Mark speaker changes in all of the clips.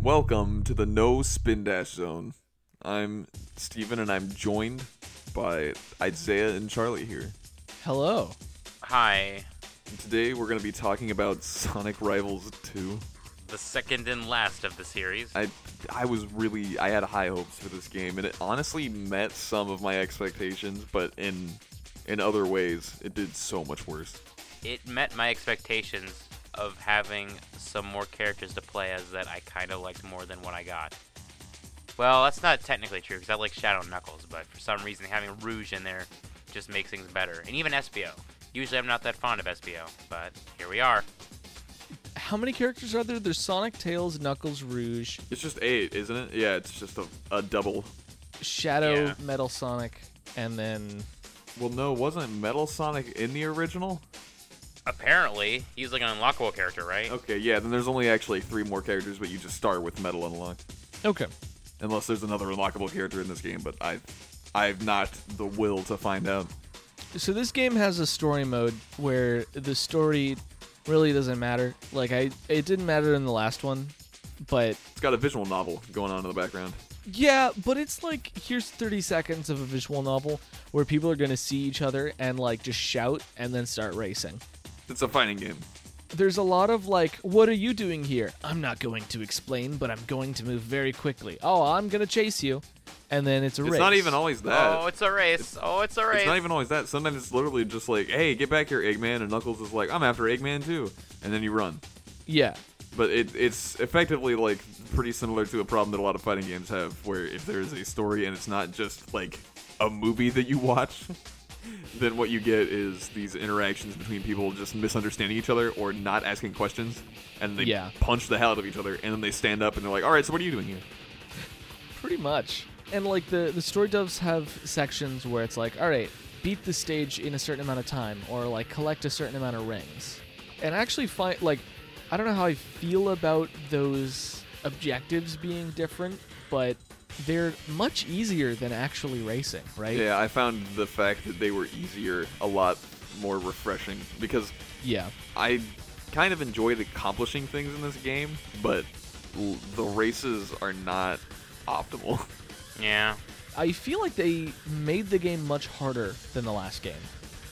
Speaker 1: Welcome to the No Spin Dash Zone. I'm Steven and I'm joined by Isaiah and Charlie here.
Speaker 2: Hello.
Speaker 3: Hi,
Speaker 1: And today we're going to be talking about Sonic Rivals 2.
Speaker 3: the second and last of the series.
Speaker 1: I I was really I had high hopes for this game and it honestly met some of my expectations, but in in other ways it did so much worse.
Speaker 3: It met my expectations of having some more characters to play as that I kind of liked more than what I got. Well, that's not technically true because I like Shadow and Knuckles, but for some reason having Rouge in there just makes things better. And even SBO. Usually I'm not that fond of SBO, but here we are.
Speaker 2: How many characters are there? There's Sonic, Tails, Knuckles, Rouge,
Speaker 1: It's just 8, isn't it? Yeah, it's just a, a double.
Speaker 2: Shadow,
Speaker 3: Yeah.
Speaker 2: Metal Sonic, and then
Speaker 1: Well, no, wasn't Metal Sonic in the original?
Speaker 3: Apparently, he's like an unlockable character, right?
Speaker 1: Okay, yeah, then there's only actually 3 more characters, but you just start with Metal Unlocked.
Speaker 2: okay.
Speaker 1: unless there's another unlockable character in this game, but I I've not the will to find out.
Speaker 2: So this game has a story mode where the story really doesn't matter. Like I, it didn't matter in the last one, but
Speaker 1: It's got a visual novel going on in the background.
Speaker 2: yeah. But it's like here's 30 seconds of a visual novel where people are gonna see each other and like just shout and then start racing.
Speaker 1: It's a fighting game.
Speaker 2: there's a lot of like, what are you doing here? I'm not going to explain, but I'm going to move very quickly. Oh, I'm gonna chase you, and then it's a race.
Speaker 1: It's not even always that.
Speaker 3: Oh, it's a race. oh, it's a race.
Speaker 1: It's not even always that. Sometimes it's literally just like, "Hey, get back here, Eggman," and Knuckles is like, "I'm after Eggman too," and then you run.
Speaker 2: yeah,
Speaker 1: But it, it's effectively like pretty similar to a problem that a lot of fighting games have, where if there is a story and it's not just like a movie that you watch, then what you get is these interactions between people just misunderstanding each other or not asking questions, and they
Speaker 2: Yeah.
Speaker 1: punch the hell out of each other, and then they stand up and they're like, "All right, so what are you doing here?"
Speaker 2: pretty much. And like the the story doves have sections where it's like, all right, beat the stage in a certain amount of time, or like collect a certain amount of rings. And I actually find like, I don't know how I feel about those objectives being different, but they're much easier than actually racing, right?
Speaker 1: Yeah, I found the fact that they were easier a lot more refreshing because
Speaker 2: Yeah.
Speaker 1: I kind of enjoyed accomplishing things in this game, but l- the races are not optimal.
Speaker 3: Yeah.
Speaker 2: I feel like they made the game much harder than the last game.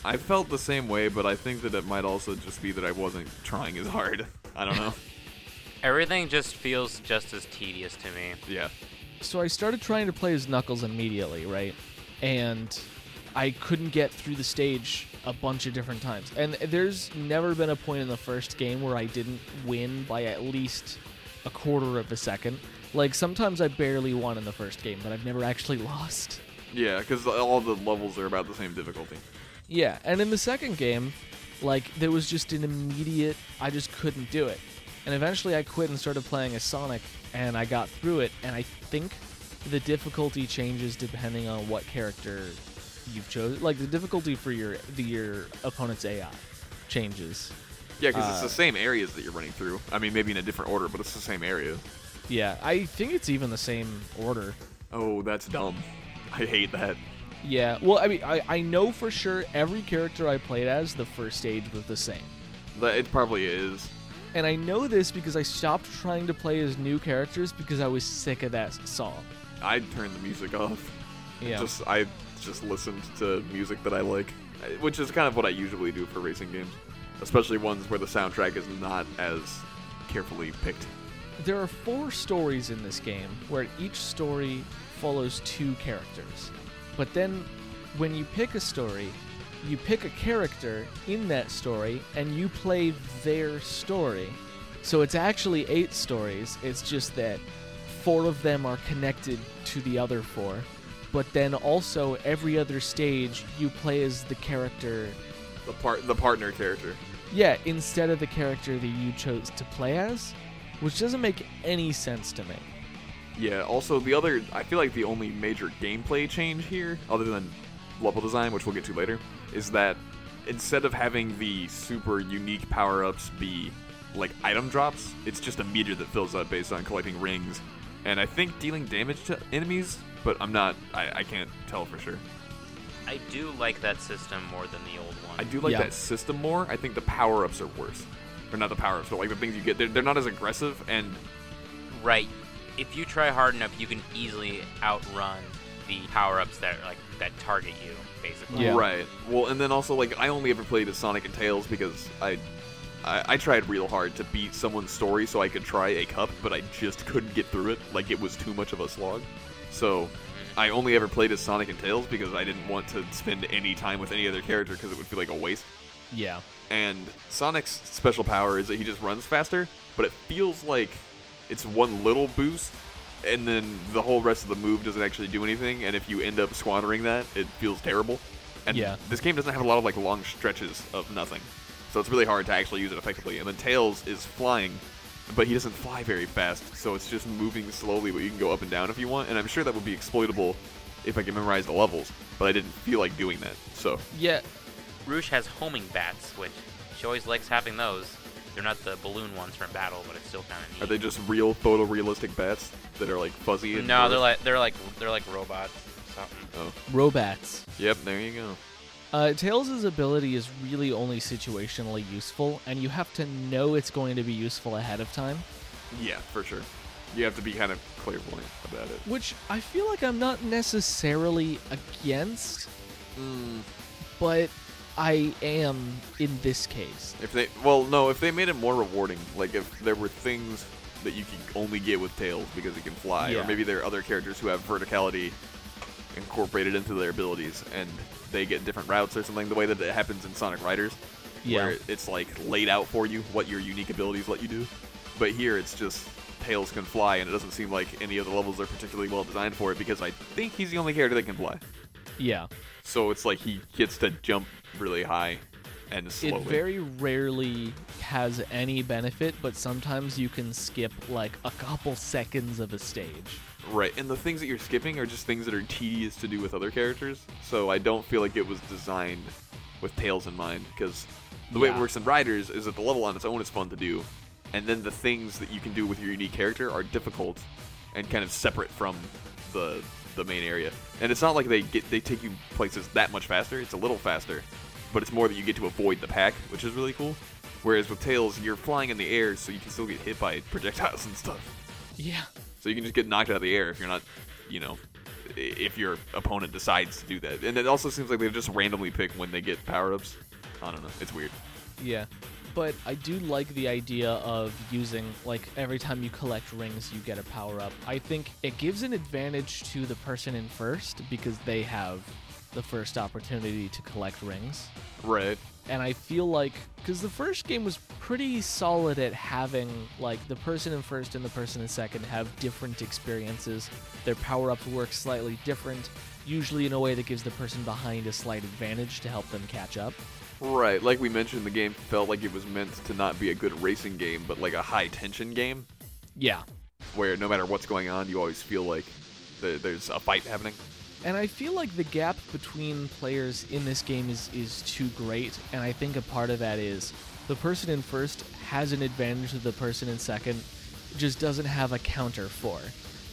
Speaker 1: I felt the same way, but I think that it might also just be that I wasn't trying as hard. I don't know.
Speaker 3: Everything just feels just as tedious to me.
Speaker 1: yeah.
Speaker 2: So I started trying to play as Knuckles immediately, right? And I couldn't get through the stage a bunch of different times. And there's never been a point in the first game where I didn't win by at least a quarter of a second. Like sometimes I barely won in the first game, but I've never actually lost.
Speaker 1: Yeah, because all the levels are about the same difficulty.
Speaker 2: Yeah, and in the second game, like there was just an immediate I just couldn't do it. And eventually I quit and started playing as Sonic and I got through it and I think the difficulty changes depending on what character you've chosen. Like the difficulty for your the your opponent's AI changes.
Speaker 1: Yeah, because it's
Speaker 2: Uh,
Speaker 1: the same areas that you're running through. I mean, maybe in a different order, but it's the same area.
Speaker 2: Yeah, I think it's even the same order.
Speaker 1: Oh, that's dumb. I hate that.
Speaker 2: Yeah. Well, I mean I, I know for sure every character I played as the first stage was the same.
Speaker 1: That it probably is.
Speaker 2: And I know this because I stopped trying to play as new characters because I was sick of that s- song.
Speaker 1: I'd turn the music off.
Speaker 2: Yeah.
Speaker 1: Just I just listened to music that I like, I- which is kind of what I usually do for racing games, especially ones where the soundtrack is not as carefully picked.
Speaker 2: there are four stories in this game where each story follows two characters. But then when you pick a story, you pick a character in that story and you play their story. So it's actually eight stories. It's just that four of them are connected to the other four. But then also every other stage you play as the character
Speaker 1: The part the partner character.
Speaker 2: yeah, instead of the character that you chose to play as, which doesn't make any sense to me.
Speaker 1: Yeah, also the other I feel like the only major gameplay change here, other than level design, which we'll get to later, is that instead of having the super unique power ups be like item drops, it's just a meter that fills up based on collecting rings. And I think dealing damage to enemies, but I'm not I, I can't tell for sure.
Speaker 3: I do like that system more than the old one.
Speaker 1: I do like
Speaker 2: Yeah.
Speaker 1: that system more. I think the power ups are worse. Or not the power ups, but like the things you get, they're, they're not as aggressive and
Speaker 3: Right. if you try hard enough, you can easily outrun the power ups that like that target you, basically.
Speaker 2: Yeah.
Speaker 1: Right. Well, and then also like I only ever played as Sonic and Tails because I, I I tried real hard to beat someone's story so I could try a cup, but I just couldn't get through it. Like it was too much of a slog. So I only ever played as Sonic and Tails because I didn't want to spend any time with any other character because it would feel like a waste.
Speaker 2: Yeah.
Speaker 1: And Sonic's special power is that he just runs faster, but it feels like it's one little boost, and then the whole rest of the move doesn't actually do anything. And if you end up squandering that, it feels terrible. And
Speaker 2: Yeah.
Speaker 1: this game doesn't have a lot of like long stretches of nothing, so it's really hard to actually use it effectively. And then Tails is flying, but he doesn't fly very fast, so it's just moving slowly. But you can go up and down if you want, and I'm sure that would be exploitable if I could memorize the levels. But I didn't feel like doing that, so
Speaker 2: Yeah.
Speaker 3: Rouge has homing bats, which she always likes having those. They're not the balloon ones from battle, but it's still kind of neat.
Speaker 1: Are they just real photorealistic bats that are like fuzzy? And
Speaker 3: no, they're
Speaker 1: blurry?
Speaker 3: like they're like they're like robots. or Something.
Speaker 2: Robats.
Speaker 1: Yep, there you go.
Speaker 2: Uh, Tails' ability is really only situationally useful, and you have to know it's going to be useful ahead of time,
Speaker 1: Yeah, for sure. You have to be kind of clairvoyant about it.
Speaker 2: which I feel like I'm not necessarily against, Mm. but I am in this case.
Speaker 1: If they, well, no, if they made it more rewarding, like if there were things that you could only get with tails because it can fly,
Speaker 2: Yeah.
Speaker 1: or maybe there are other characters who have verticality incorporated into their abilities, and they get different routes or something. The way that it happens in Sonic Riders,
Speaker 2: Yeah.
Speaker 1: where it's like laid out for you what your unique abilities let you do. But here it's just Tails can fly, and it doesn't seem like any of the levels are particularly well designed for it because I think he's the only character that can fly.
Speaker 2: Yeah.
Speaker 1: So it's like he gets to jump really high and slowly.
Speaker 2: It very rarely has any benefit, but sometimes you can skip like a couple seconds of a stage.
Speaker 1: Right, and the things that you're skipping are just things that are tedious to do with other characters, so I don't feel like it was designed with Tails in mind, because the way it
Speaker 2: Yeah.
Speaker 1: works in Riders is that the level on its own is fun to do, and then the things that you can do with your unique character are difficult and kind of separate from the the main area. And it's not like they get they take you places that much faster, it's a little faster, but it's more that you get to avoid the pack, which is really cool. Whereas with Tails, you're flying in the air, so you can still get hit by projectiles and stuff.
Speaker 2: Yeah.
Speaker 1: So you can just get knocked out of the air if you're not, you know, i- if your opponent decides to do that. And it also seems like they just randomly pick when they get power ups. I don't know. It's weird.
Speaker 2: Yeah. But I do like the idea of using, like, every time you collect rings, you get a power up. I think it gives an advantage to the person in first because they have the first opportunity to collect rings.
Speaker 1: Right.
Speaker 2: And I feel like, because the first game was pretty solid at having, like, the person in first and the person in second have different experiences. Their power ups work slightly different, usually in a way that gives the person behind a slight advantage to help them catch up.
Speaker 1: Right. Like we mentioned, the game felt like it was meant to not be a good racing game, but like a high tension game
Speaker 2: Yeah.
Speaker 1: where no matter what's going on, you always feel like th- there's a fight happening.
Speaker 2: And I feel like the gap between players in this game is, is too great. And I think a part of that is the person in first has an advantage that the person in second just doesn't have a counter for,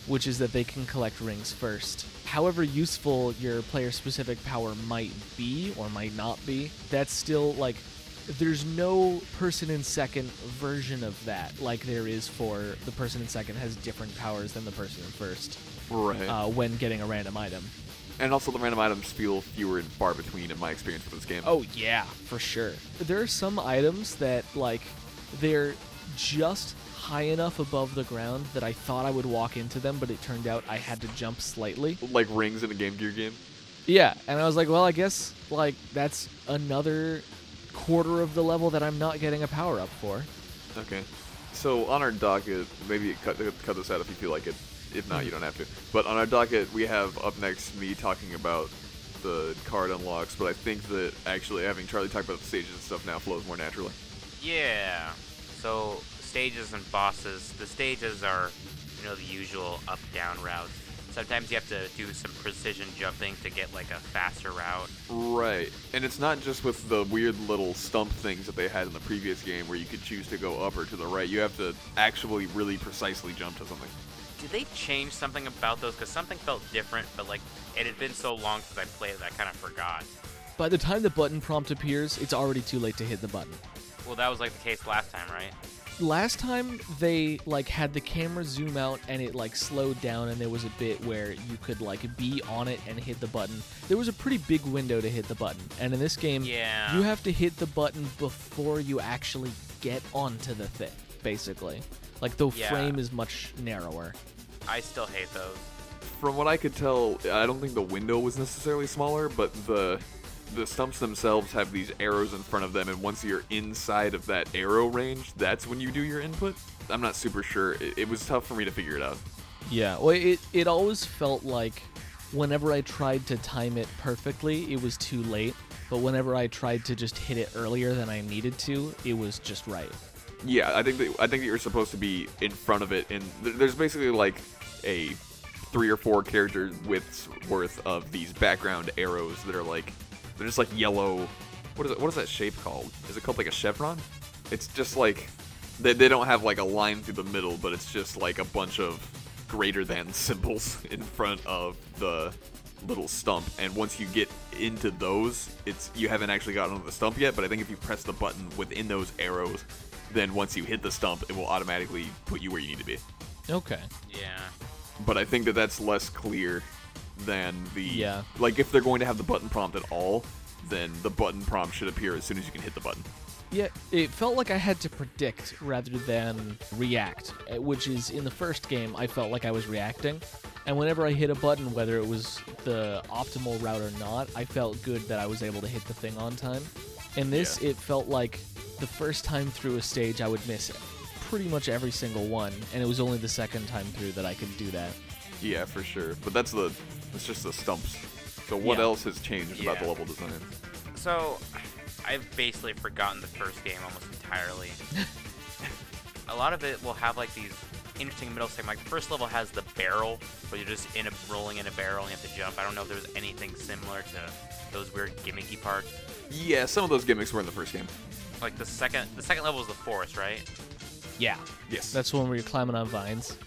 Speaker 2: which is that they can collect rings first. However useful your player specific power might be or might not be, that's still like there's no person in second version of that like there is for the person in second has different powers than the person in first
Speaker 1: Right.
Speaker 2: uh, when getting a random item.
Speaker 1: and also, the random items feel fewer and far between in my experience with this game.
Speaker 2: Oh yeah, for sure. There are some items that like they're just high enough above the ground that I thought I would walk into them, but it turned out I had to jump slightly.
Speaker 1: Like rings in a Game Gear game.
Speaker 2: Yeah, and I was like, well, I guess like that's another quarter of the level that I'm not getting a power up for.
Speaker 1: Okay. So on our docket, maybe cut cut this out if you feel like it. If not, you don't have to. But on our docket, we have up next me talking about the card unlocks. But I think that actually having Charlie talk about the stages and stuff now flows more naturally.
Speaker 3: Yeah. So stages and bosses. The stages are, you know, the usual up down routes. Sometimes you have to do some precision jumping to get like a faster route.
Speaker 1: Right. And it's not just with the weird little stump things that they had in the previous game where you could choose to go up or to the right. You have to actually really precisely jump to something.
Speaker 3: Did they change something about those? Because something felt different, but like it had been so long since I played it, I kind of forgot.
Speaker 2: By the time the button prompt appears, it's already too late to hit the button.
Speaker 3: Well, that was like the case last time, right?
Speaker 2: last time they like had the camera zoom out and it like slowed down and there was a bit where you could like be on it and hit the button there was a pretty big window to hit the button and in this game
Speaker 3: Yeah.
Speaker 2: you have to hit the button before you actually get onto the thing basically like the
Speaker 3: Yeah.
Speaker 2: frame is much narrower
Speaker 3: I still hate those.
Speaker 1: From what I could tell, I don't think the window was necessarily smaller, but the the stumps themselves have these arrows in front of them, and once you're inside of that arrow range, that's when you do your input. I'm not super sure. It, it was tough for me to figure it out.
Speaker 2: Yeah, well, it it always felt like whenever I tried to time it perfectly, it was too late. But whenever I tried to just hit it earlier than I needed to, it was just right.
Speaker 1: Yeah, I think that, I think that you're supposed to be in front of it, and th- there's basically like a three or four character widths worth of these background arrows that are like they're just like yellow. What is it? What is that shape called? Is it called like a chevron? It's just like they, they don't have like a line through the middle, but it's just like a bunch of greater than symbols in front of the little stump. And once you get into those, it's you haven't actually gotten onto the stump yet. But I think if you press the button within those arrows, then once you hit the stump, it will automatically put you where you need to be.
Speaker 2: Okay.
Speaker 3: Yeah.
Speaker 1: But I think that that's less clear than the
Speaker 2: Yeah.
Speaker 1: like if they're going to have the button prompt at all, then the button prompt should appear as soon as you can hit the button.
Speaker 2: Yeah, it felt like I had to predict rather than react, eh, which is in the first game I felt like I was reacting. And whenever I hit a button, whether it was the optimal route or not, I felt good that I was able to hit the thing on time. And this,
Speaker 1: Yeah.
Speaker 2: it felt like the first time through a stage I would miss pretty much every single one, and it was only the second time through that I could do that.
Speaker 1: Yeah, for sure. But that's the that's just the stumps. So what
Speaker 2: Yeah.
Speaker 1: else has changed about
Speaker 3: Yeah.
Speaker 1: the level design?
Speaker 3: So, I've basically forgotten the first game almost entirely. a lot of it will have like these interesting middle segments. Like the first level has the barrel, where you're just in a rolling in a barrel and you have to jump. I don't know if there was anything similar to those weird gimmicky parts.
Speaker 1: Yeah, some of those gimmicks were in the first game.
Speaker 3: Like the second, the second level is the forest, right?
Speaker 2: Yeah.
Speaker 1: Yes.
Speaker 2: That's the one where you're climbing on vines.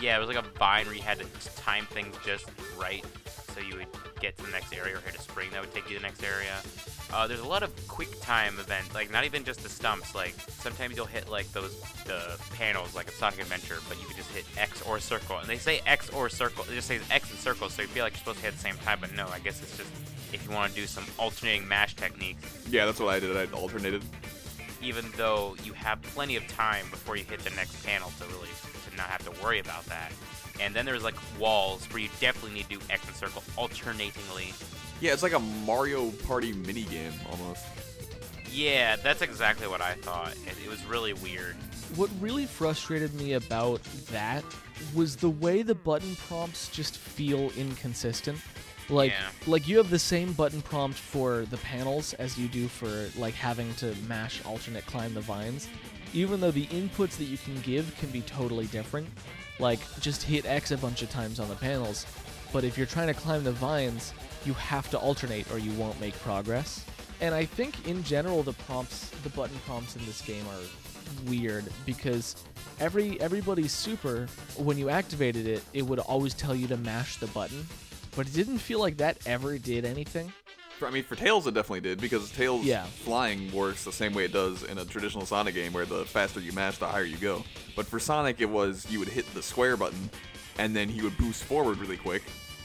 Speaker 3: Yeah, it was like a vine where you had to time things just right so you would get to the next area or hit a spring that would take you to the next area. Uh, there's a lot of quick time events, like not even just the stumps. Like sometimes you'll hit like those the panels, like a Sonic Adventure, but you can just hit X or circle, and they say X or circle. It just says X and circle, so you feel like you're supposed to hit at the same time, but no. I guess it's just if you want to do some alternating mash techniques,
Speaker 1: yeah, that's what I did. I alternated.
Speaker 3: even though you have plenty of time before you hit the next panel to really to not have to worry about that. And then there's like walls where you definitely need to do X and circle alternatingly.
Speaker 1: Yeah, it's like a Mario Party mini game almost.
Speaker 3: Yeah, that's exactly what I thought. It, it was really weird.
Speaker 2: What really frustrated me about that was the way the button prompts just feel inconsistent. Like
Speaker 3: Yeah.
Speaker 2: like you have the same button prompt for the panels as you do for like having to mash alternate climb the vines, even though the inputs that you can give can be totally different. Like just hit X a bunch of times on the panels, but if you're trying to climb the vines, you have to alternate or you won't make progress. And I think in general the prompts, the button prompts in this game are weird because every everybody's super when you activated it, it would always tell you to mash the button, but it didn't feel like that ever did anything.
Speaker 1: For- I mean, for Tails, it definitely did because Tails
Speaker 2: Yeah.
Speaker 1: flying works the same way it does in a traditional Sonic game, where the faster you mash, the higher you go. But for Sonic, it was you would hit the square button, and then he would boost forward really quick,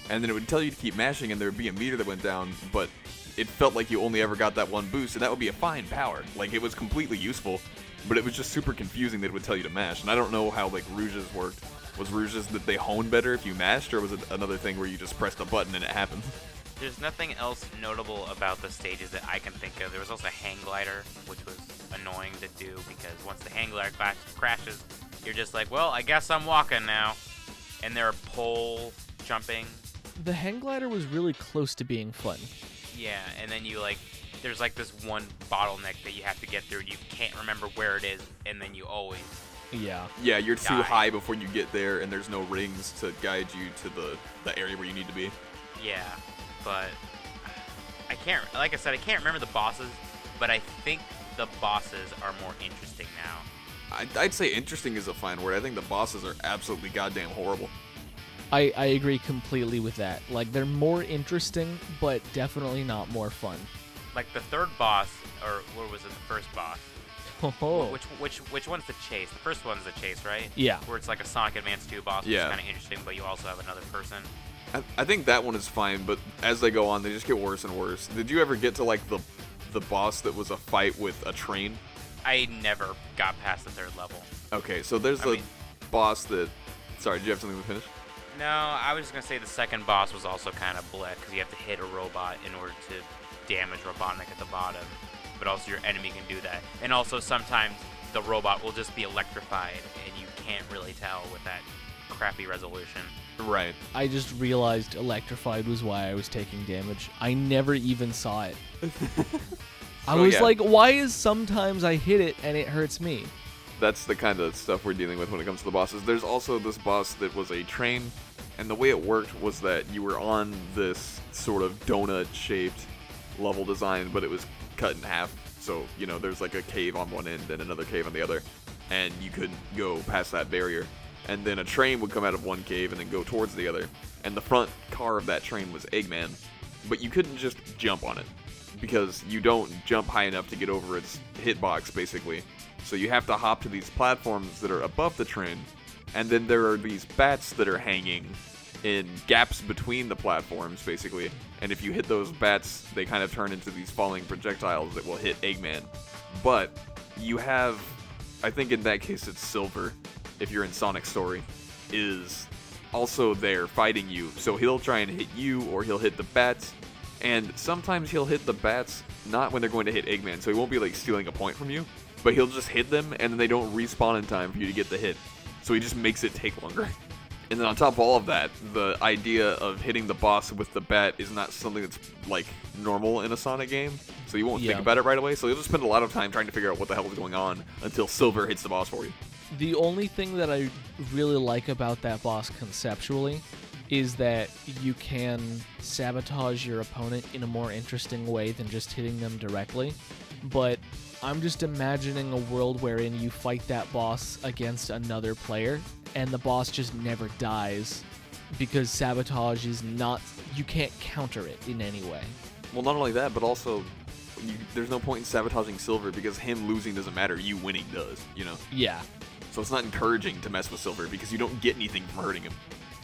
Speaker 1: and then it would tell you to keep mashing, and there would be a meter that went down, but it felt like you only ever got that one boost, and that would be a fine power. Like it was completely useful, but it was just super confusing that it would tell you to mash. And I don't know how like Rouge's worked. Was Rouge's that they honed better if you mashed, or was it another thing where you just pressed a button and it happened?
Speaker 3: There's nothing else notable about the stages that I can think of. There was also a hang glider, which was annoying to do because once the hang glider crash- crashes, you're just like, well, I guess I'm walking now. And there are pole jumping
Speaker 2: The hang glider was really close to being fun.
Speaker 3: Yeah, and then you like, there's like this one bottleneck that you have to get through. You can't remember where it is, and then you always.
Speaker 2: Yeah.
Speaker 1: Yeah, you're too
Speaker 3: die.
Speaker 1: high before you get there, and there's no rings to guide you to the, the area where you need to be.
Speaker 3: Yeah, but I can't. Like I said, I can't remember the bosses, but I think the bosses are more interesting now.
Speaker 1: I'd, I'd say interesting is a fine word. I think the bosses are absolutely goddamn horrible.
Speaker 2: I, I agree completely with that. Like they're more interesting, but definitely not more fun.
Speaker 3: Like the third boss, or what was it? The first boss
Speaker 2: Oh,
Speaker 3: Which which which one's the chase? The first one's the chase, right?
Speaker 2: Yeah.
Speaker 3: Where it's like a Sonic Advance 2 boss,
Speaker 1: Yeah.
Speaker 3: which is kind of interesting, but you also have another person.
Speaker 1: I, I think that one is fine, but as they go on, they just get worse and worse. Did you ever get to like the the boss that was a fight with a train?
Speaker 3: I never got past the third level.
Speaker 1: Okay, so there's
Speaker 3: I
Speaker 1: the
Speaker 3: mean-
Speaker 1: boss that. Sorry, did you have something to finish?
Speaker 3: No, I was just gonna say the second boss was also kind of bleh because you have to hit a robot in order to damage Robotnik at the bottom, but also your enemy can do that, and also sometimes the robot will just be electrified, and you can't really tell with that crappy resolution.
Speaker 1: Right.
Speaker 2: I just realized electrified was why I was taking damage. I never even saw it. I
Speaker 1: So,
Speaker 2: was
Speaker 1: yeah.
Speaker 2: like, why is sometimes I hit it and it hurts me?
Speaker 1: That's the kind of stuff we're dealing with when it comes to the bosses. There's also this boss that was a train, and the way it worked was that you were on this sort of donut shaped level design, but it was cut in half. So, you know, there's like a cave on one end and another cave on the other, and you couldn't go past that barrier. And then a train would come out of one cave and then go towards the other. And the front car of that train was Eggman, but you couldn't just jump on it because you don't jump high enough to get over its hitbox, basically. So you have to hop to these platforms that are above the train, and then there are these bats that are hanging in gaps between the platforms, basically. And if you hit those bats, they kind of turn into these falling projectiles that will hit Eggman. But you have, I think in that case it's Silver, if you're in Sonic Story, is also there fighting you. So he'll try and hit you, or he'll hit the bats, and sometimes he'll hit the bats not when they're going to hit Eggman, so he won't be like stealing a point from you, but he'll just hit them and then they don't respawn in time for you to get the hit. So he just makes it take longer. And then on top of all of that, the idea of hitting the boss with the bat is not something that's like normal in a Sonic game, so you won't
Speaker 2: Yeah.
Speaker 1: think about it right away. So you'll just spend a lot of time trying to figure out what the hell is going on until Silver hits the boss for you.
Speaker 2: The only thing that I really like about that boss conceptually is that you can sabotage your opponent in a more interesting way than just hitting them directly. But I'm just imagining a world wherein you fight that boss against another player and the boss just never dies because sabotage is not you can't counter it in any way.
Speaker 1: Well, not only that, but also you, there's no point in sabotaging Silver because him losing doesn't matter. You winning does, you know.
Speaker 2: Yeah.
Speaker 1: So it's not encouraging to mess with Silver because you don't get anything from hurting him.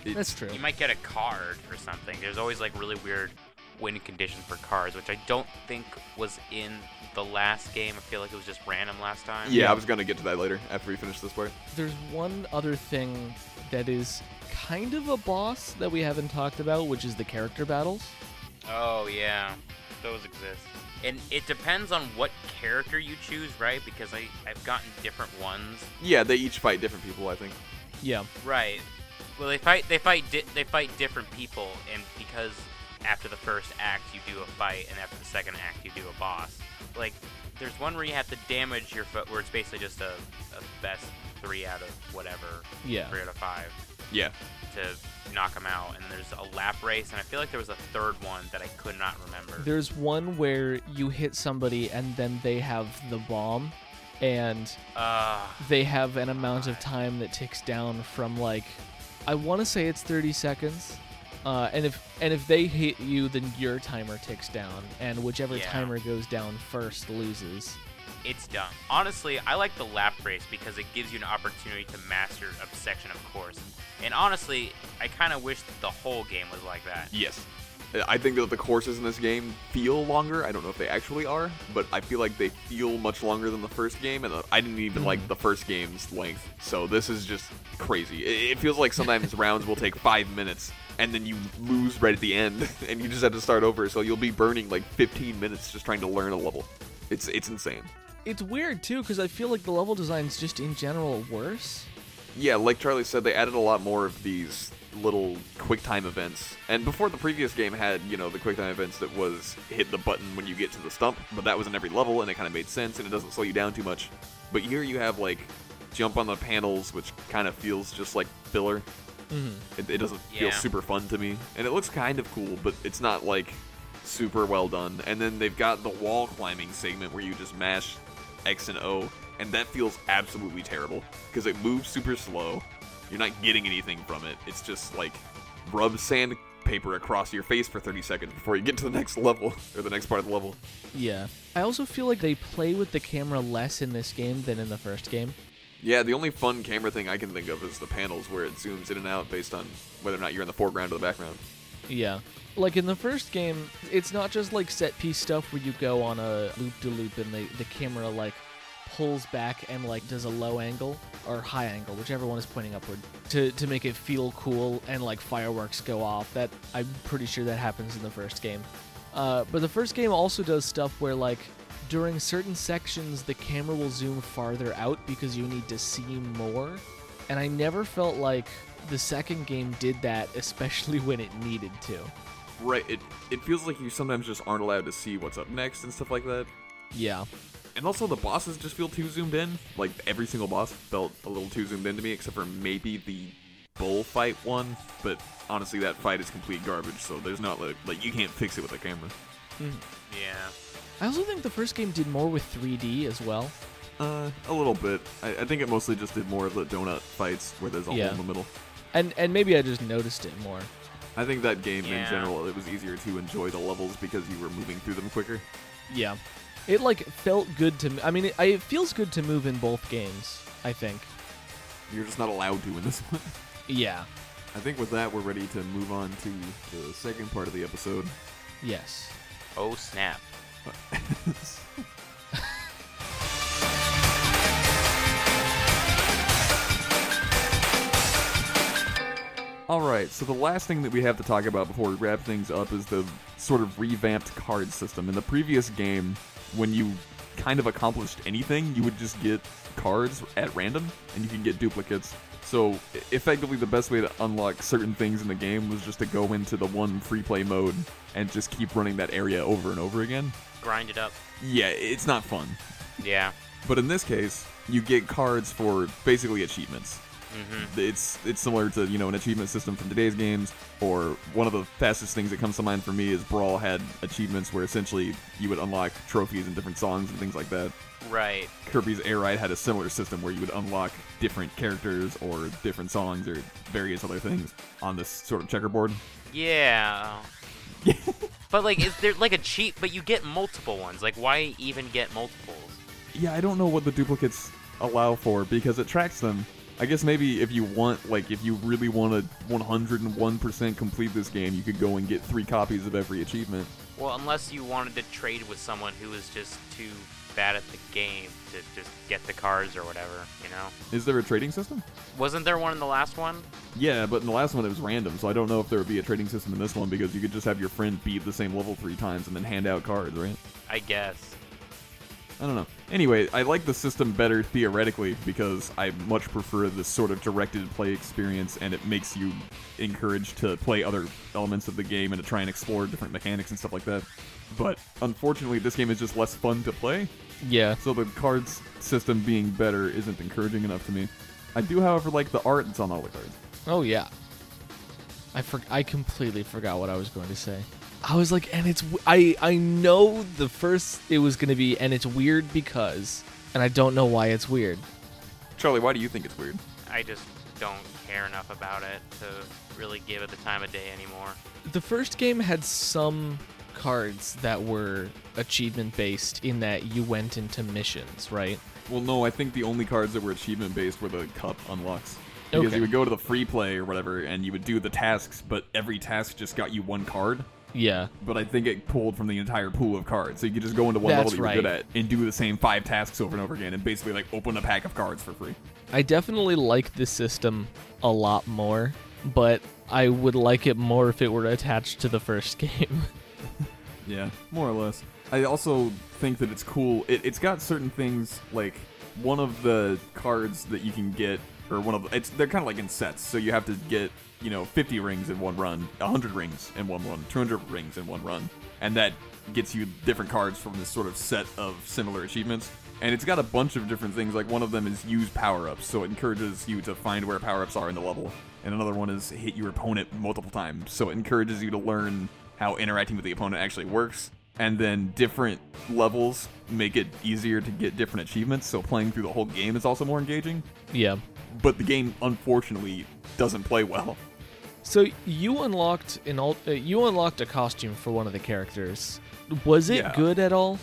Speaker 1: It-
Speaker 2: That's true.
Speaker 3: You might get a card or something. There's always like really weird win condition for cards, which I don't think was in the last game. I feel like it was just random last time.
Speaker 1: yeah, I was gonna get to that later after we finish this part.
Speaker 2: There's one other thing that is kind of a boss that we haven't talked about, which is the character battles.
Speaker 3: Oh yeah, those exist. And it depends on what character you choose, right? Because I I've gotten different ones.
Speaker 1: Yeah, they each fight different people. I think.
Speaker 2: Yeah.
Speaker 3: Right. Well, they fight they fight di- they fight different people, and because after the first act you do a fight, and after the second act you do a boss. Like there's one where you have to damage your foot, where it's basically just a, a best three out of whatever,
Speaker 2: Yeah.
Speaker 3: three out of five
Speaker 1: Yeah.
Speaker 3: to knock them out. And then there's a lap race, and I feel like there was a third one that I could not remember.
Speaker 2: There's one where you hit somebody and then they have the bomb and
Speaker 3: uh,
Speaker 2: they have an amount of time that ticks down from like I want to say it's 30 seconds. Uh, and if and if they hit you, then your timer ticks down, and whichever
Speaker 3: Yeah.
Speaker 2: timer goes down first loses.
Speaker 3: It's dumb. Honestly, I like the lap race because it gives you an opportunity to master a section of course. And honestly, I kind of wish the whole game was like that.
Speaker 1: Yes. Uh, I think that the courses in this game feel longer. I don't know if they actually are, but I feel like they feel much longer than the first game, and uh, I didn't even like the first game's length. So this is just crazy. It, it feels like sometimes rounds will take five minutes, and then you lose right at the end, and you just have to start over. So you'll be burning like 15 minutes just trying to learn a level. It's it's insane.
Speaker 2: It's weird too, because I feel like the level design's just in general worse.
Speaker 1: Yeah, like Charlie said, they added a lot more of these little quick time events. And before the previous game had, you know, the quick time events that was hit the button when you get to the stump, but that was in every level and it kind of made sense and it doesn't slow you down too much. But here you have like jump on the panels, which kind of feels just like filler. It, it doesn't feel
Speaker 3: Yeah.
Speaker 1: super fun to me, and it looks kind of cool, but it's not like super well done. And then they've got the wall climbing segment where you just mash X and O, and that feels absolutely terrible because it moves super slow. You're not getting anything from it. It's just like rub sand paper across your face for 30 seconds before you get to the next level or the next part of the level.
Speaker 2: Yeah. I also feel like they play with the camera less in this game than in the first game.
Speaker 1: Yeah, the only fun camera thing I can think of is the panels where it zooms in and out based on whether or not you're in the foreground or the background.
Speaker 2: Yeah. Like in the first game, it's not just like set piece stuff where you go on a loop de loop and the, the camera like pulls back and like does a low angle or high angle, whichever one is pointing upward, to, to make it feel cool and like fireworks go off. That I'm pretty sure that happens in the first game. Uh, but the first game also does stuff where like during certain sections the camera will zoom farther out because you need to see more. And I never felt like the second game did that, especially when it needed to.
Speaker 1: Right, it, it feels like you sometimes just aren't allowed to see what's up next and stuff like that.
Speaker 2: Yeah.
Speaker 1: And also, the bosses just feel too zoomed in. Like, every single boss felt a little too zoomed in to me, except for maybe the bullfight one. But honestly, that fight is complete garbage, so there's not like, like you can't fix it with a camera.
Speaker 3: Yeah.
Speaker 2: I also think the first game did more with 3D as well.
Speaker 1: Uh, a little bit. I, I think it mostly just did more of the donut fights where there's a
Speaker 2: Yeah.
Speaker 1: hole in the middle.
Speaker 2: And and maybe I just noticed it more.
Speaker 1: I think that game in
Speaker 3: Yeah.
Speaker 1: general, it was easier to enjoy the levels because you were moving through them quicker.
Speaker 2: Yeah. It like felt good to me. I mean, it, I, it feels good to move in both games, I think.
Speaker 1: You're just not allowed to in this one.
Speaker 2: Yeah.
Speaker 1: I think with that, we're ready to move on to the second part of the episode.
Speaker 2: Yes.
Speaker 3: Oh snap.
Speaker 1: All right, so the last thing that we have to talk about before we wrap things up is the sort of revamped card system. In the previous game, when you kind of accomplished anything, you would just get cards at random and you can get duplicates. So, e- effectively, the best way to unlock certain things in the game was just to go into the one free play mode and just keep running that area over and over again.
Speaker 3: Grind it up.
Speaker 1: Yeah, it's not fun.
Speaker 3: Yeah.
Speaker 1: But in this case, you get cards for basically achievements.
Speaker 3: Mm-hmm.
Speaker 1: It's it's similar to you know an achievement system from today's games, or one of the fastest things that comes to mind for me is Brawl had achievements where essentially you would unlock trophies and different songs and things like that.
Speaker 3: Right.
Speaker 1: Kirby's Air Ride had a similar system where you would unlock different characters or different songs or various other things on this sort of checkerboard.
Speaker 3: Yeah. but like, is there like a cheat? But you get multiple ones. Like, why even get multiples?
Speaker 1: Yeah, I don't know what the duplicates allow for because it tracks them. I guess maybe if you want, like, if you really want to 101% complete this game, you could go and get three copies of every achievement.
Speaker 3: Well, unless you wanted to trade with someone who was just too bad at the game to just get the cards or whatever, you know?
Speaker 1: Is there a trading system?
Speaker 3: Wasn't there one in the last one?
Speaker 1: Yeah, but in the last one it was random, so I don't know if there would be a trading system in this one because you could just have your friend beat the same level three times and then hand out cards, right?
Speaker 3: I guess.
Speaker 1: I don't know. Anyway, I like the system better theoretically because I much prefer this sort of directed play experience and it makes you encouraged to play other elements of the game and to try and explore different mechanics and stuff like that. But unfortunately, this game is just less fun to play,
Speaker 2: Yeah.
Speaker 1: so the cards system being better isn't encouraging enough to me. I do, however, like the art that's on all the cards.
Speaker 2: Oh yeah. I for- I completely forgot what I was going to say. I was like, and it's w- I I know the first it was going to be, and it's weird because, and I don't know why it's weird.
Speaker 1: Charlie, why do you think it's weird?
Speaker 3: I just don't care enough about it to really give it the time of day anymore.
Speaker 2: The first game had some cards that were achievement based in that you went into missions, right?
Speaker 1: Well, no, I think the only cards that were achievement based were the cup unlocks. Because
Speaker 2: Okay.
Speaker 1: you would go to the free play or whatever, and you would do the tasks, but every task just got you one card.
Speaker 2: Yeah.
Speaker 1: But I think it pulled from the entire pool of cards, so you could just go into one level
Speaker 2: That's
Speaker 1: that you're good
Speaker 2: right.
Speaker 1: at and do the same five tasks over and over again, and basically like open a pack of cards for free.
Speaker 2: I definitely like this system a lot more, but I would like it more if it were attached to the first game.
Speaker 1: Yeah, more or less. I also think that it's cool. It, it's got certain things like one of the cards that you can get, or one of it's they're kind of like in sets. So you have to get you know 50 rings in one run, 100 rings in one run, 200 rings in one run, and that gets you different cards from this sort of set of similar achievements. And it's got a bunch of different things. Like one of them is use power ups, so it encourages you to find where power ups are in the level. And another one is hit your opponent multiple times, so it encourages you to learn how interacting with the opponent actually works. And then different levels make it easier to get different achievements, so playing through the whole game is also more engaging.
Speaker 2: yeah.
Speaker 1: But the game, unfortunately, doesn't play well.
Speaker 2: So you unlocked an alt, uh, you unlocked a costume for one of the characters. Was it
Speaker 1: Yeah.
Speaker 2: good at all?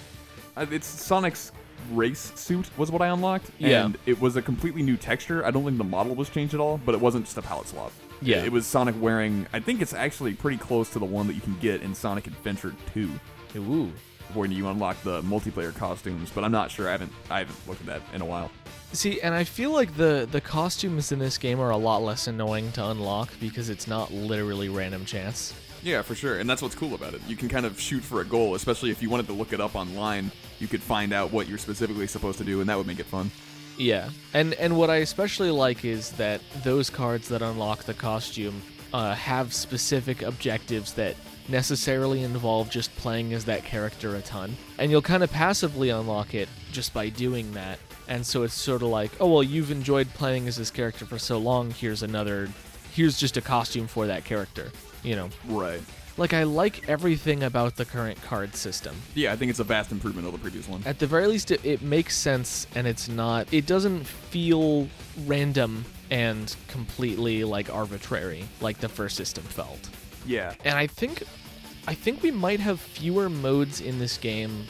Speaker 1: Uh, It's Sonic's race suit was what I unlocked,
Speaker 2: Yeah.
Speaker 1: and it was a completely new texture. I don't think the model was changed at all, but it wasn't just a palette swap.
Speaker 2: Yeah.
Speaker 1: it, was Sonic wearing. I think it's actually pretty close to the one that you can get in Sonic Adventure Two
Speaker 2: Ooh.
Speaker 1: when you unlock the multiplayer costumes. But I'm not sure. I haven't I haven't looked at that in a while.
Speaker 2: See, and I feel like the the costumes in this game are a lot less annoying to unlock because it's not literally random chance.
Speaker 1: Yeah, for sure. And that's what's cool about it. You can kind of shoot for a goal, especially if you wanted to look it up online. You could find out what you're specifically supposed to do, and that would make it fun.
Speaker 2: Yeah, and and what I especially like is that those cards that unlock the costume uh, have specific objectives that necessarily involve just playing as that character a ton, and you'll kind of passively unlock it just by doing that. And so it's sort of like, oh well, you've enjoyed playing as this character for so long. Here's another, here's just a costume for that character. You know,
Speaker 1: Right.
Speaker 2: like I like everything about the current card system
Speaker 1: Yeah, I think it's a vast improvement over the previous one.
Speaker 2: at the very least it, it makes sense and it's not it doesn't feel random and completely like arbitrary like the first system felt
Speaker 1: Yeah.
Speaker 2: and i think i think we might have fewer modes in this game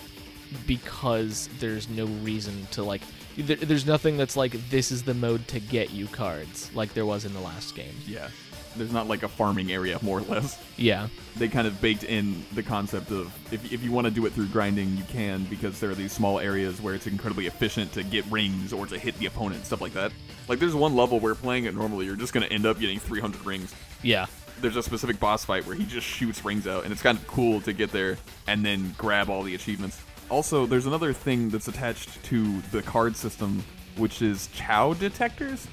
Speaker 2: because there's no reason to like there, there's nothing that's like this is the mode to get you cards like there was in the last game
Speaker 1: Yeah. There's not like a farming area, more or less.
Speaker 2: yeah
Speaker 1: They kind of baked in the concept of if, if you want to do it through grinding, you can, because there are these small areas where it's incredibly efficient to get rings or to hit the opponent, stuff like that. Like, there's one level where playing it normally, you're just going to end up getting 300 rings.
Speaker 2: yeah
Speaker 1: there's a specific boss fight where he just shoots rings out, and it's kind of cool to get there and then grab all the achievements. Also, there's another thing that's attached to the card system, which is chow detectors.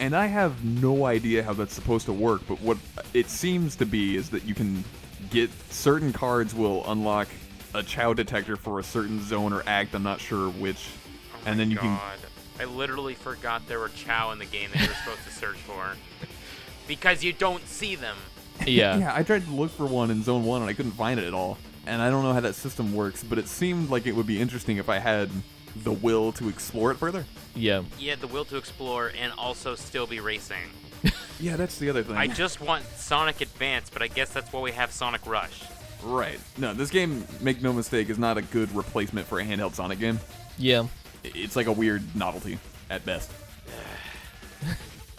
Speaker 1: And I have no idea how that's supposed to work, but what it seems to be is that you can get certain cards will unlock a chow detector for a certain zone or act, I'm not sure which.
Speaker 3: Oh
Speaker 1: and
Speaker 3: my
Speaker 1: then you can
Speaker 3: God. I literally forgot there were chow in the game that you were supposed to search for. Because you don't see them.
Speaker 2: yeah
Speaker 1: Yeah, I tried to look for one in Zone 1 and I couldn't find it at all. And I don't know how that system works, but it seemed like it would be interesting if I had the will to explore it further.
Speaker 2: yeah
Speaker 3: You had the will to explore and also still be racing.
Speaker 1: Yeah, that's the other thing.
Speaker 3: I just want Sonic Advance, but I guess that's why we have Sonic Rush.
Speaker 1: right. No, this game, make no mistake, is not a good replacement for a handheld Sonic game.
Speaker 2: yeah
Speaker 1: I- It's like a weird novelty at best.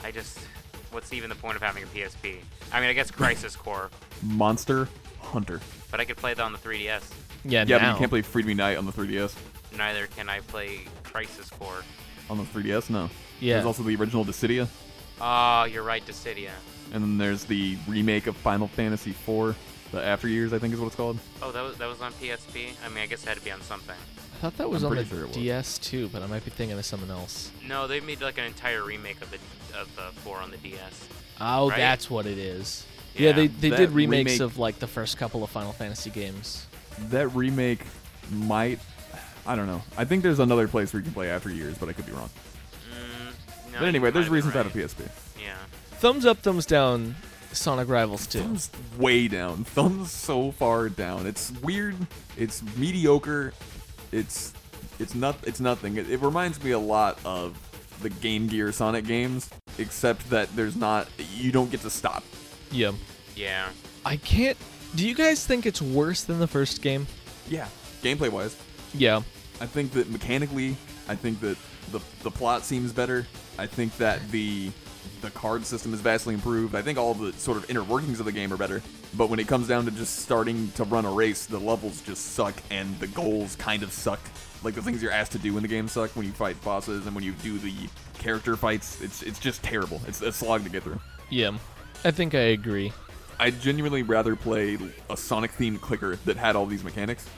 Speaker 3: I just. What's even the point of having a PSP? I mean, I guess Crisis Core,
Speaker 1: Monster Hunter.
Speaker 3: but I could play that on the 3DS.
Speaker 2: yeah,
Speaker 1: Yeah, but
Speaker 2: now.
Speaker 1: you can't play Free to Be Night on the 3DS.
Speaker 3: Neither can I play Crisis Core.
Speaker 1: On the 3DS, no.
Speaker 2: Yeah.
Speaker 1: There's also the original Dissidia,
Speaker 3: Ah, you're right, Dissidia.
Speaker 1: and then there's the remake of Final Fantasy IV, the After Years, I think is what it's called.
Speaker 3: Oh, that was, that was on PSP? I mean, I guess it had to be on something.
Speaker 2: I thought that was
Speaker 1: I'm
Speaker 2: on the
Speaker 1: pretty sure it was.
Speaker 2: DS too, but I might be thinking of someone else.
Speaker 3: No, they made like an entire remake of the of the four on the DS.
Speaker 2: Oh,
Speaker 3: right?
Speaker 2: that's what it is. Yeah,
Speaker 3: Yeah,
Speaker 2: they, they
Speaker 1: that
Speaker 2: did remakes
Speaker 1: remake-
Speaker 2: of like the first couple of Final Fantasy games.
Speaker 1: that remake might I don't know. I think there's another place where you can play after years, but I could be wrong.
Speaker 3: Mm, no,
Speaker 1: but anyway,
Speaker 3: you
Speaker 1: there's
Speaker 3: might
Speaker 1: reasons
Speaker 3: have
Speaker 1: to
Speaker 3: been
Speaker 1: have a PSP.
Speaker 3: right. Yeah.
Speaker 2: Thumbs up, thumbs down. Sonic Rivals 2.
Speaker 1: Thumbs way down. Thumbs so far down. It's weird. It's mediocre. It's it's not it's nothing. It, it reminds me a lot of the Game Gear Sonic games, except that there's not you don't get to stop.
Speaker 2: Yeah.
Speaker 3: Yeah.
Speaker 2: I can't. Do you guys think it's worse than the first game?
Speaker 1: Yeah. Gameplay wise.
Speaker 2: Yeah.
Speaker 1: I think that mechanically, I think that the the plot seems better. I think that the the card system is vastly improved. I think all the sort of inner workings of the game are better. But when it comes down to just starting to run a race, the levels just suck and the goals kind of suck. Like the things you're asked to do in the game suck when you fight bosses and when you do the character fights. It's it's just terrible. It's a slog to get through.
Speaker 2: Yeah. I think I agree.
Speaker 1: I'd genuinely rather play a Sonic themed clicker that had all these mechanics.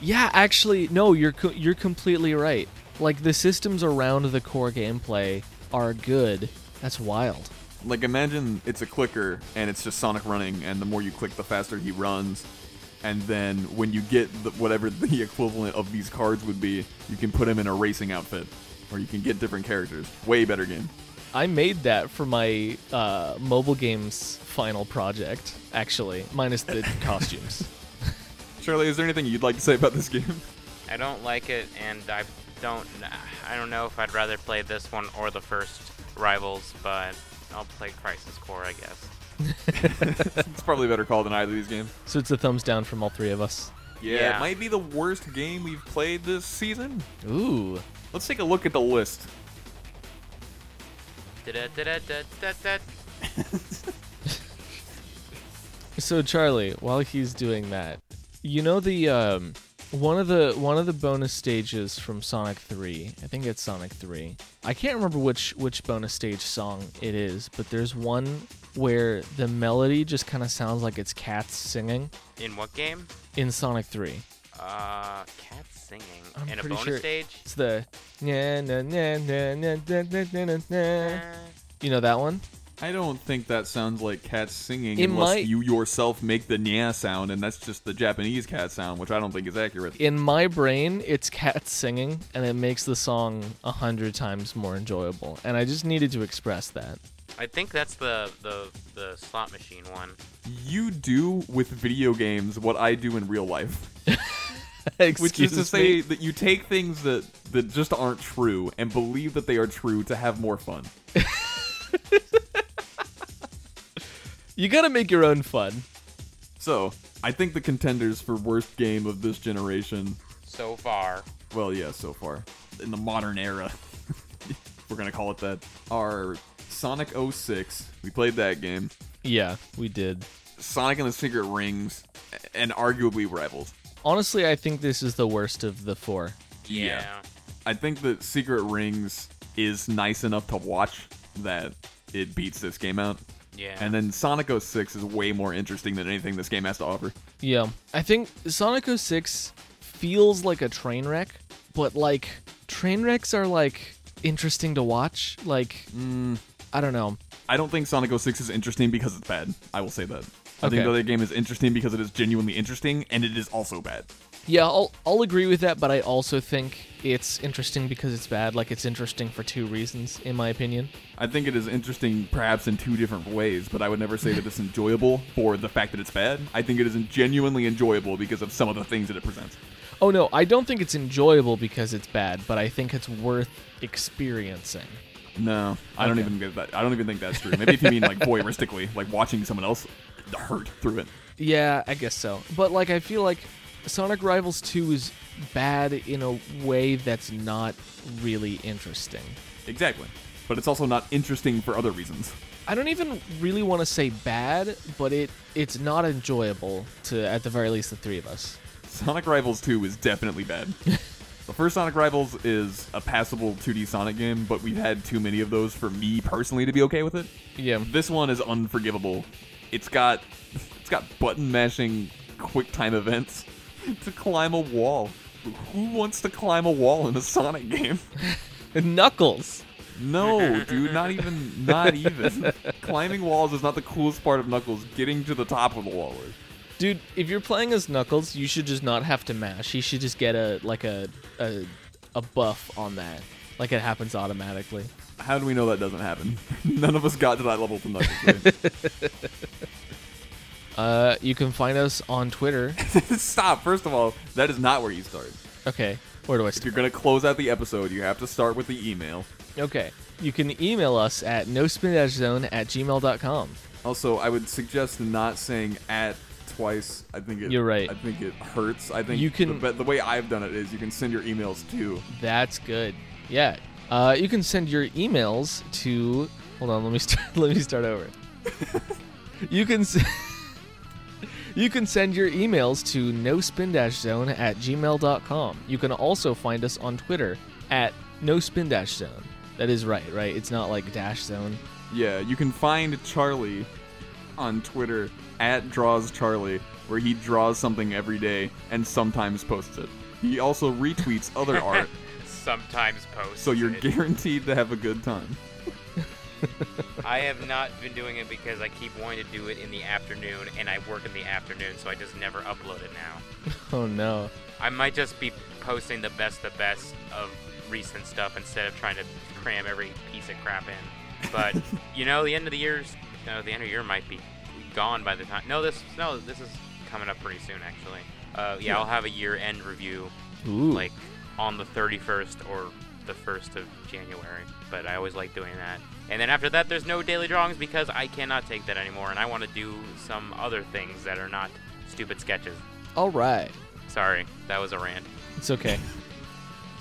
Speaker 2: Yeah, actually, no, you're co- you're completely right. Like the systems around the core gameplay are good. That's wild.
Speaker 1: Like imagine it's a clicker and it's just Sonic running, and the more you click, the faster he runs. And then when you get the, whatever the equivalent of these cards would be, you can put him in a racing outfit, or you can get different characters. Way better game.
Speaker 2: I made that for my uh, mobile games final project, actually, minus the costumes.
Speaker 1: Charlie, is there anything you'd like to say about this game?
Speaker 3: I don't like it, and I don't. I don't know if I'd rather play this one or the first Rivals, but I'll play Crisis Core, I guess.
Speaker 1: it's probably a better call than either of these games.
Speaker 2: So it's a thumbs down from all three of us.
Speaker 1: Yeah,
Speaker 3: Yeah.
Speaker 1: it might be the worst game we've played this season.
Speaker 2: Ooh.
Speaker 1: Let's take a look at the list.
Speaker 3: Da-da-da-da-da-da-da.
Speaker 2: So Charlie, while he's doing that, you know the um, one of the one of the bonus stages from Sonic 3. I think it's Sonic 3. I can't remember which which bonus stage song it is, but there's one where the melody just kind of sounds like it's cats singing
Speaker 3: In what game?
Speaker 2: in Sonic 3.
Speaker 3: Uh, cats singing
Speaker 2: I'm
Speaker 3: in a
Speaker 2: pretty
Speaker 3: bonus
Speaker 2: sure-
Speaker 3: stage.
Speaker 2: It's the na na na na na na na na na na.
Speaker 3: Eh,
Speaker 2: You know that one?
Speaker 1: I don't think that sounds like cats singing
Speaker 2: It
Speaker 1: unless
Speaker 2: might-
Speaker 1: you yourself make the nya sound, and that's just the Japanese cat sound, which I don't think is accurate.
Speaker 2: In my brain, it's cats singing, and it makes the song a hundred times more enjoyable. And I just needed to express that.
Speaker 3: I think that's the the the slot machine one.
Speaker 1: You do with video games what I do in real life, which is
Speaker 2: Excuse
Speaker 1: to say
Speaker 2: me.
Speaker 1: that you take things that that just aren't true and believe that they are true to have more fun.
Speaker 2: you gotta make your own fun.
Speaker 1: So, I think the contenders for worst game of this generation,
Speaker 3: So far,
Speaker 1: well, yeah, so far in the modern era, we're gonna call it that, are Sonic 06. We played that game.
Speaker 2: Yeah, we did.
Speaker 1: Sonic and the Secret Rings, and arguably rivals.
Speaker 2: Honestly, I think this is the worst of the four.
Speaker 3: yeah.
Speaker 1: Yeah. I think that Secret Rings is nice enough to watch that it beats this game out.
Speaker 3: Yeah.
Speaker 1: And then Sonic 06 is way more interesting than anything this game has to offer.
Speaker 2: Yeah, I think Sonic 06 feels like a train wreck, but like train wrecks are like interesting to watch. Like,
Speaker 1: Mm.
Speaker 2: I don't know.
Speaker 1: I don't think Sonic 06 is interesting because it's bad. I will say that. I
Speaker 2: Okay.
Speaker 1: think the other game is interesting because it is genuinely interesting, and it is also bad.
Speaker 2: Yeah, I'll, I'll agree with that, but I also think it's interesting because it's bad. Like, it's interesting for two reasons, in my opinion.
Speaker 1: I think it is interesting perhaps in two different ways, but I would never say that it's enjoyable for the fact that it's bad. I think it is genuinely enjoyable because of some of the things that it presents.
Speaker 2: Oh, no, I don't think it's enjoyable because it's bad, but I think it's worth experiencing.
Speaker 1: No, I don't
Speaker 2: Okay.
Speaker 1: even get that. I don't even think that's true. Maybe if you mean like voyeuristically, like watching someone else hurt through it.
Speaker 2: Yeah, I guess so. But, like, I feel like Sonic Rivals 2 is bad in a way that's not really interesting.
Speaker 1: Exactly. But it's also not interesting for other reasons.
Speaker 2: I don't even really want to say bad, but it it's not enjoyable to, at the very least, the three of us.
Speaker 1: Sonic Rivals 2 is definitely bad. the first Sonic Rivals is a passable 2D Sonic game, but we've had too many of those for me personally to be okay with it.
Speaker 2: Yeah.
Speaker 1: This one is unforgivable. It's got it's got button mashing quick time events to climb a wall. Who wants to climb a wall in a Sonic game?
Speaker 2: Knuckles!
Speaker 1: No, dude, not even, not even. Climbing walls is not the coolest part of Knuckles. Getting to the top of the wall is.
Speaker 2: Dude, if you're playing as Knuckles, you should just not have to mash. You should just get a like a a, a buff on that. Like it happens automatically.
Speaker 1: How do we know that doesn't happen? None of us got to that level from Knuckles. right?
Speaker 2: Uh, you can find us on Twitter.
Speaker 1: Stop. First of all, that is not where you start.
Speaker 2: Okay, where do I
Speaker 1: If
Speaker 2: start?
Speaker 1: you're gonna close out the episode, you have to start with the email.
Speaker 2: Okay, you can email us at nospinzone at gmail.com.
Speaker 1: Also, I would suggest not saying at twice. I think it,
Speaker 2: You're right.
Speaker 1: I think it hurts. I think
Speaker 2: You can-
Speaker 1: But the way I've done it is, you can send your emails to
Speaker 2: That's good. Yeah. Uh, you can send your emails to. Hold on. Let me start. Let me start over. you can. s You can send your emails to nospin-zone at gmail.com. You can also find us on Twitter at nospin-zone. That is right, right? It's not like dash zone.
Speaker 1: Yeah, you can find Charlie on Twitter at draws Charlie, where he draws something every day and sometimes posts it. He also retweets other art,
Speaker 3: Sometimes post.
Speaker 1: so you're
Speaker 3: it.
Speaker 1: guaranteed to have a good time.
Speaker 3: I have not been doing it because I keep wanting to do it in the afternoon, and I work in the afternoon, so I just never upload it now.
Speaker 2: Oh no.
Speaker 3: I might just be posting the best the best of recent stuff instead of trying to cram every piece of crap in. But you know, the end of the year's no, the end of the year might be gone by the time. No, this no, this is coming up pretty soon actually. Uh, yeah, I'll have a year-end review
Speaker 2: Ooh.
Speaker 3: like on the 31st or the first of January, but I always like doing that. And then after that, there's no daily drawings because I cannot take that anymore, and I want to do some other things that are not stupid sketches.
Speaker 2: All right.
Speaker 3: Sorry, that was a rant.
Speaker 2: It's okay.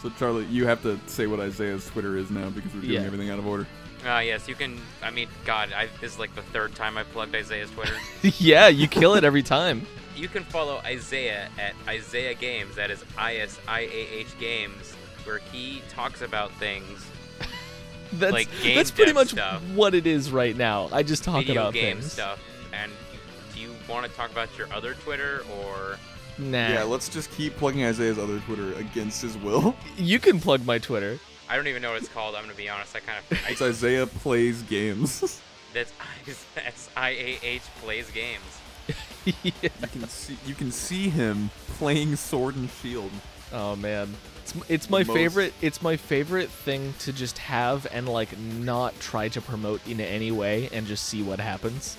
Speaker 1: So Charlie, you have to say what Isaiah's Twitter is now because we're doing
Speaker 2: Yeah.
Speaker 1: everything out of order.
Speaker 3: Uh, yes, you can. I mean, God, I, this is like the third time I plugged Isaiah's Twitter.
Speaker 2: yeah, you kill it every time.
Speaker 3: you can follow Isaiah at Isaiah Games. That is I S I A H Games, where he talks about things,
Speaker 2: That's
Speaker 3: Like game
Speaker 2: that's pretty
Speaker 3: dev
Speaker 2: much
Speaker 3: stuff.
Speaker 2: what it is right now. I just talk
Speaker 3: video
Speaker 2: about
Speaker 3: game
Speaker 2: things.
Speaker 3: stuff. And do you want to talk about your other Twitter or?
Speaker 2: Nah.
Speaker 1: Yeah, let's just keep plugging Isaiah's other Twitter against his will.
Speaker 2: you can plug my Twitter.
Speaker 3: I don't even know what it's called. I'm gonna be honest. I kind of.
Speaker 1: It's
Speaker 3: I,
Speaker 1: Isaiah plays games.
Speaker 3: that's that's I A H plays games.
Speaker 2: Yeah.
Speaker 1: you can see you can see him playing Sword and Shield.
Speaker 2: Oh man, it's m- it's my
Speaker 1: Most-
Speaker 2: favorite. It's my favorite thing to just have and like not try to promote in any way and just see what happens.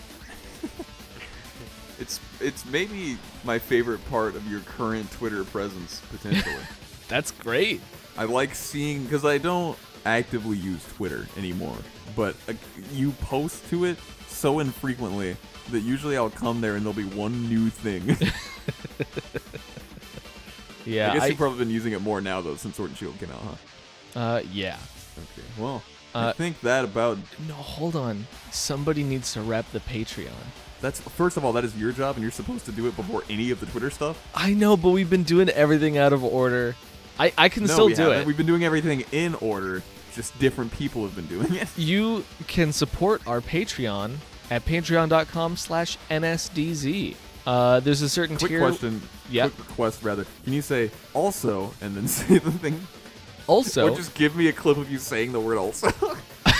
Speaker 1: It's it's maybe my favorite part of your current Twitter presence potentially.
Speaker 2: That's great.
Speaker 1: I like seeing because I don't actively use Twitter anymore, but uh, you post to it so infrequently that usually I'll come there and there'll be one new thing.
Speaker 2: Yeah.
Speaker 1: I guess
Speaker 2: I-
Speaker 1: you've probably been using it more now though since Sword and Shield came out, huh?
Speaker 2: uh, yeah.
Speaker 1: Okay. Well, I
Speaker 2: Uh,
Speaker 1: think that about
Speaker 2: No, hold on. Somebody needs to rep the Patreon.
Speaker 1: that's first of all that is your job and you're supposed to do it before any of the Twitter stuff.
Speaker 2: I know, but we've been doing everything out of order. I I can
Speaker 1: no,
Speaker 2: still
Speaker 1: we
Speaker 2: do
Speaker 1: haven't.
Speaker 2: it.
Speaker 1: We've been doing everything in order. Just different people have been doing it.
Speaker 2: you can support our Patreon at patreon.com slash nsdz. Uh, there's a certain
Speaker 1: Quick
Speaker 2: tier.
Speaker 1: question.
Speaker 2: Yeah.
Speaker 1: Quick request rather. Can you say also and then say the thing?
Speaker 2: Also,
Speaker 1: Or just give me a clip of you saying the word also.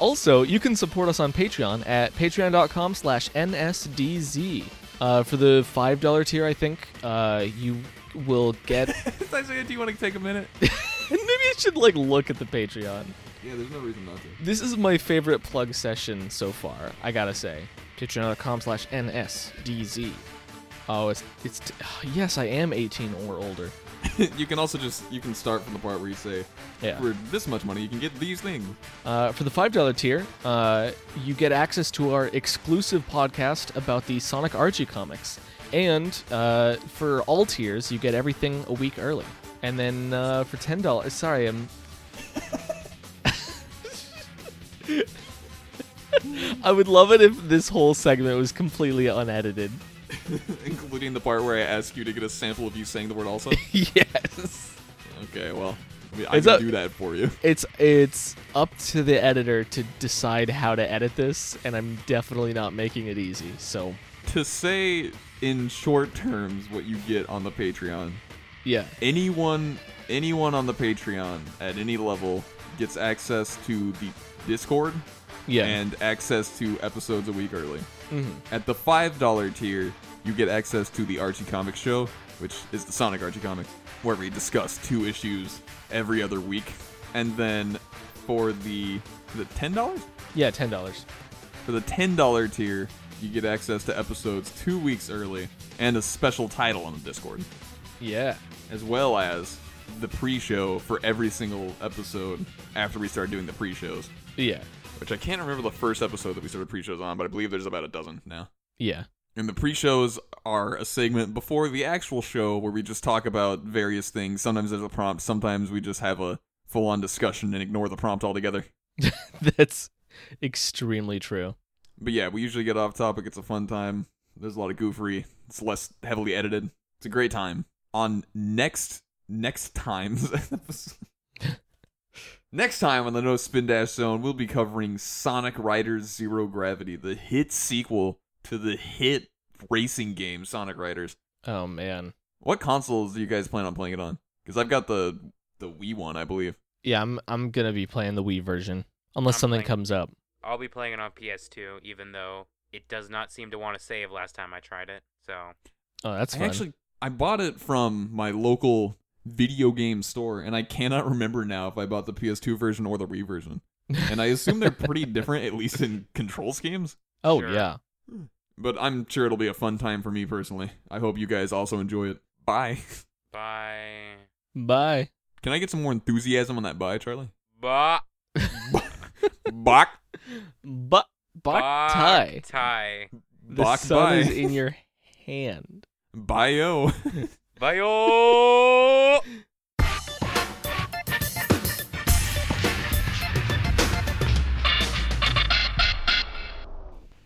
Speaker 2: Also, you can support us on Patreon at patreon.com slash nsdz. Uh, for the $5 tier, I think, uh, you will get...
Speaker 1: Isaiah, do you want to take a minute?
Speaker 2: Maybe I should, like, look at the Patreon.
Speaker 1: yeah, there's no reason not to.
Speaker 2: This is my favorite plug session so far, I gotta say. Patreon.com slash nsdz. Oh, it's... it's t- yes, I am 18 or older.
Speaker 1: you can also just you can start from the part where you say,
Speaker 2: Yeah.
Speaker 1: for this much money you can get these things.
Speaker 2: Uh, for the $5 tier, uh, you get access to our exclusive podcast about the Sonic Archie comics. And uh, for all tiers, you get everything a week early. And then uh, for $10, sorry, I'm. I would love it if this whole segment was completely unedited.
Speaker 1: Including the part where I ask you to get a sample of you saying the word also.
Speaker 2: yes.
Speaker 1: okay, well, I, mean, I
Speaker 2: It's
Speaker 1: can
Speaker 2: a-
Speaker 1: do that for you.
Speaker 2: It's it's up to the editor to decide how to edit this, and I'm definitely not making it easy. So,
Speaker 1: To say in short terms what you get on the Patreon,
Speaker 2: yeah.
Speaker 1: anyone anyone on the Patreon at any level gets access to the Discord
Speaker 2: Yeah.
Speaker 1: and access to episodes a week early.
Speaker 2: Mhm.
Speaker 1: At the five dollar tier, you get access to the Archie Comics show, which is the Sonic Archie Comics, where we discuss two issues every other week. And then for the the ten dollars
Speaker 2: Yeah, ten dollars.
Speaker 1: for the ten dollar tier, you get access to episodes two weeks early and a special title on the Discord,
Speaker 2: Yeah.
Speaker 1: as well as the pre-show for every single episode after we start doing the pre-shows.
Speaker 2: Yeah.
Speaker 1: Which I can't remember the first episode that we started pre-shows on, but I believe there's about a dozen now.
Speaker 2: Yeah.
Speaker 1: And the pre-shows are a segment before the actual show where we just talk about various things. Sometimes there's a prompt, sometimes we just have a full-on discussion and ignore the prompt altogether.
Speaker 2: That's extremely true.
Speaker 1: But yeah, we usually get off topic. It's a fun time. There's a lot of goofery. It's less heavily edited. It's a great time. On next next times episode- Next time on the No Spin Dash Zone, we'll be covering Sonic Riders Zero Gravity, the hit sequel to the hit racing game Sonic Riders.
Speaker 2: Oh man.
Speaker 1: What consoles do you guys plan on playing it on? Because I've got the the Wii one, I believe.
Speaker 2: Yeah, I'm I'm gonna be playing the Wii version unless
Speaker 3: I'm
Speaker 2: something
Speaker 3: playing-
Speaker 2: comes up.
Speaker 3: I'll be playing it on PS2, even though it does not seem to want to save. Last time I tried it, so
Speaker 2: Oh, that's
Speaker 1: I
Speaker 2: fun.
Speaker 1: actually I bought it from my local video game store, and I cannot remember now if I bought the PS2 version or the Wii version. And I assume they're pretty different, at least in control schemes.
Speaker 2: oh
Speaker 3: Sure.
Speaker 2: yeah.
Speaker 1: But I'm sure it'll be a fun time for me personally. I hope you guys also enjoy it. Bye.
Speaker 3: bye.
Speaker 2: Bye.
Speaker 1: Can I get some more enthusiasm on that buy, Charlie?
Speaker 3: Ba-
Speaker 1: Bach.
Speaker 2: But
Speaker 3: ba-
Speaker 2: Bok tie.
Speaker 3: Tie.
Speaker 2: The
Speaker 1: Bok
Speaker 2: sun is e-
Speaker 1: bye.
Speaker 2: in your hand.
Speaker 1: Bio.
Speaker 3: Bio.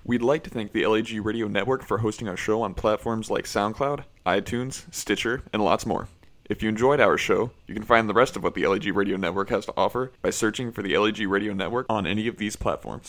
Speaker 1: We'd like to thank the LAG Radio Network for hosting our show on platforms like SoundCloud, iTunes, Stitcher, and lots more. If you enjoyed our show, you can find the rest of what the LAG Radio Network has to offer by searching for the LAG Radio Network on any of these platforms.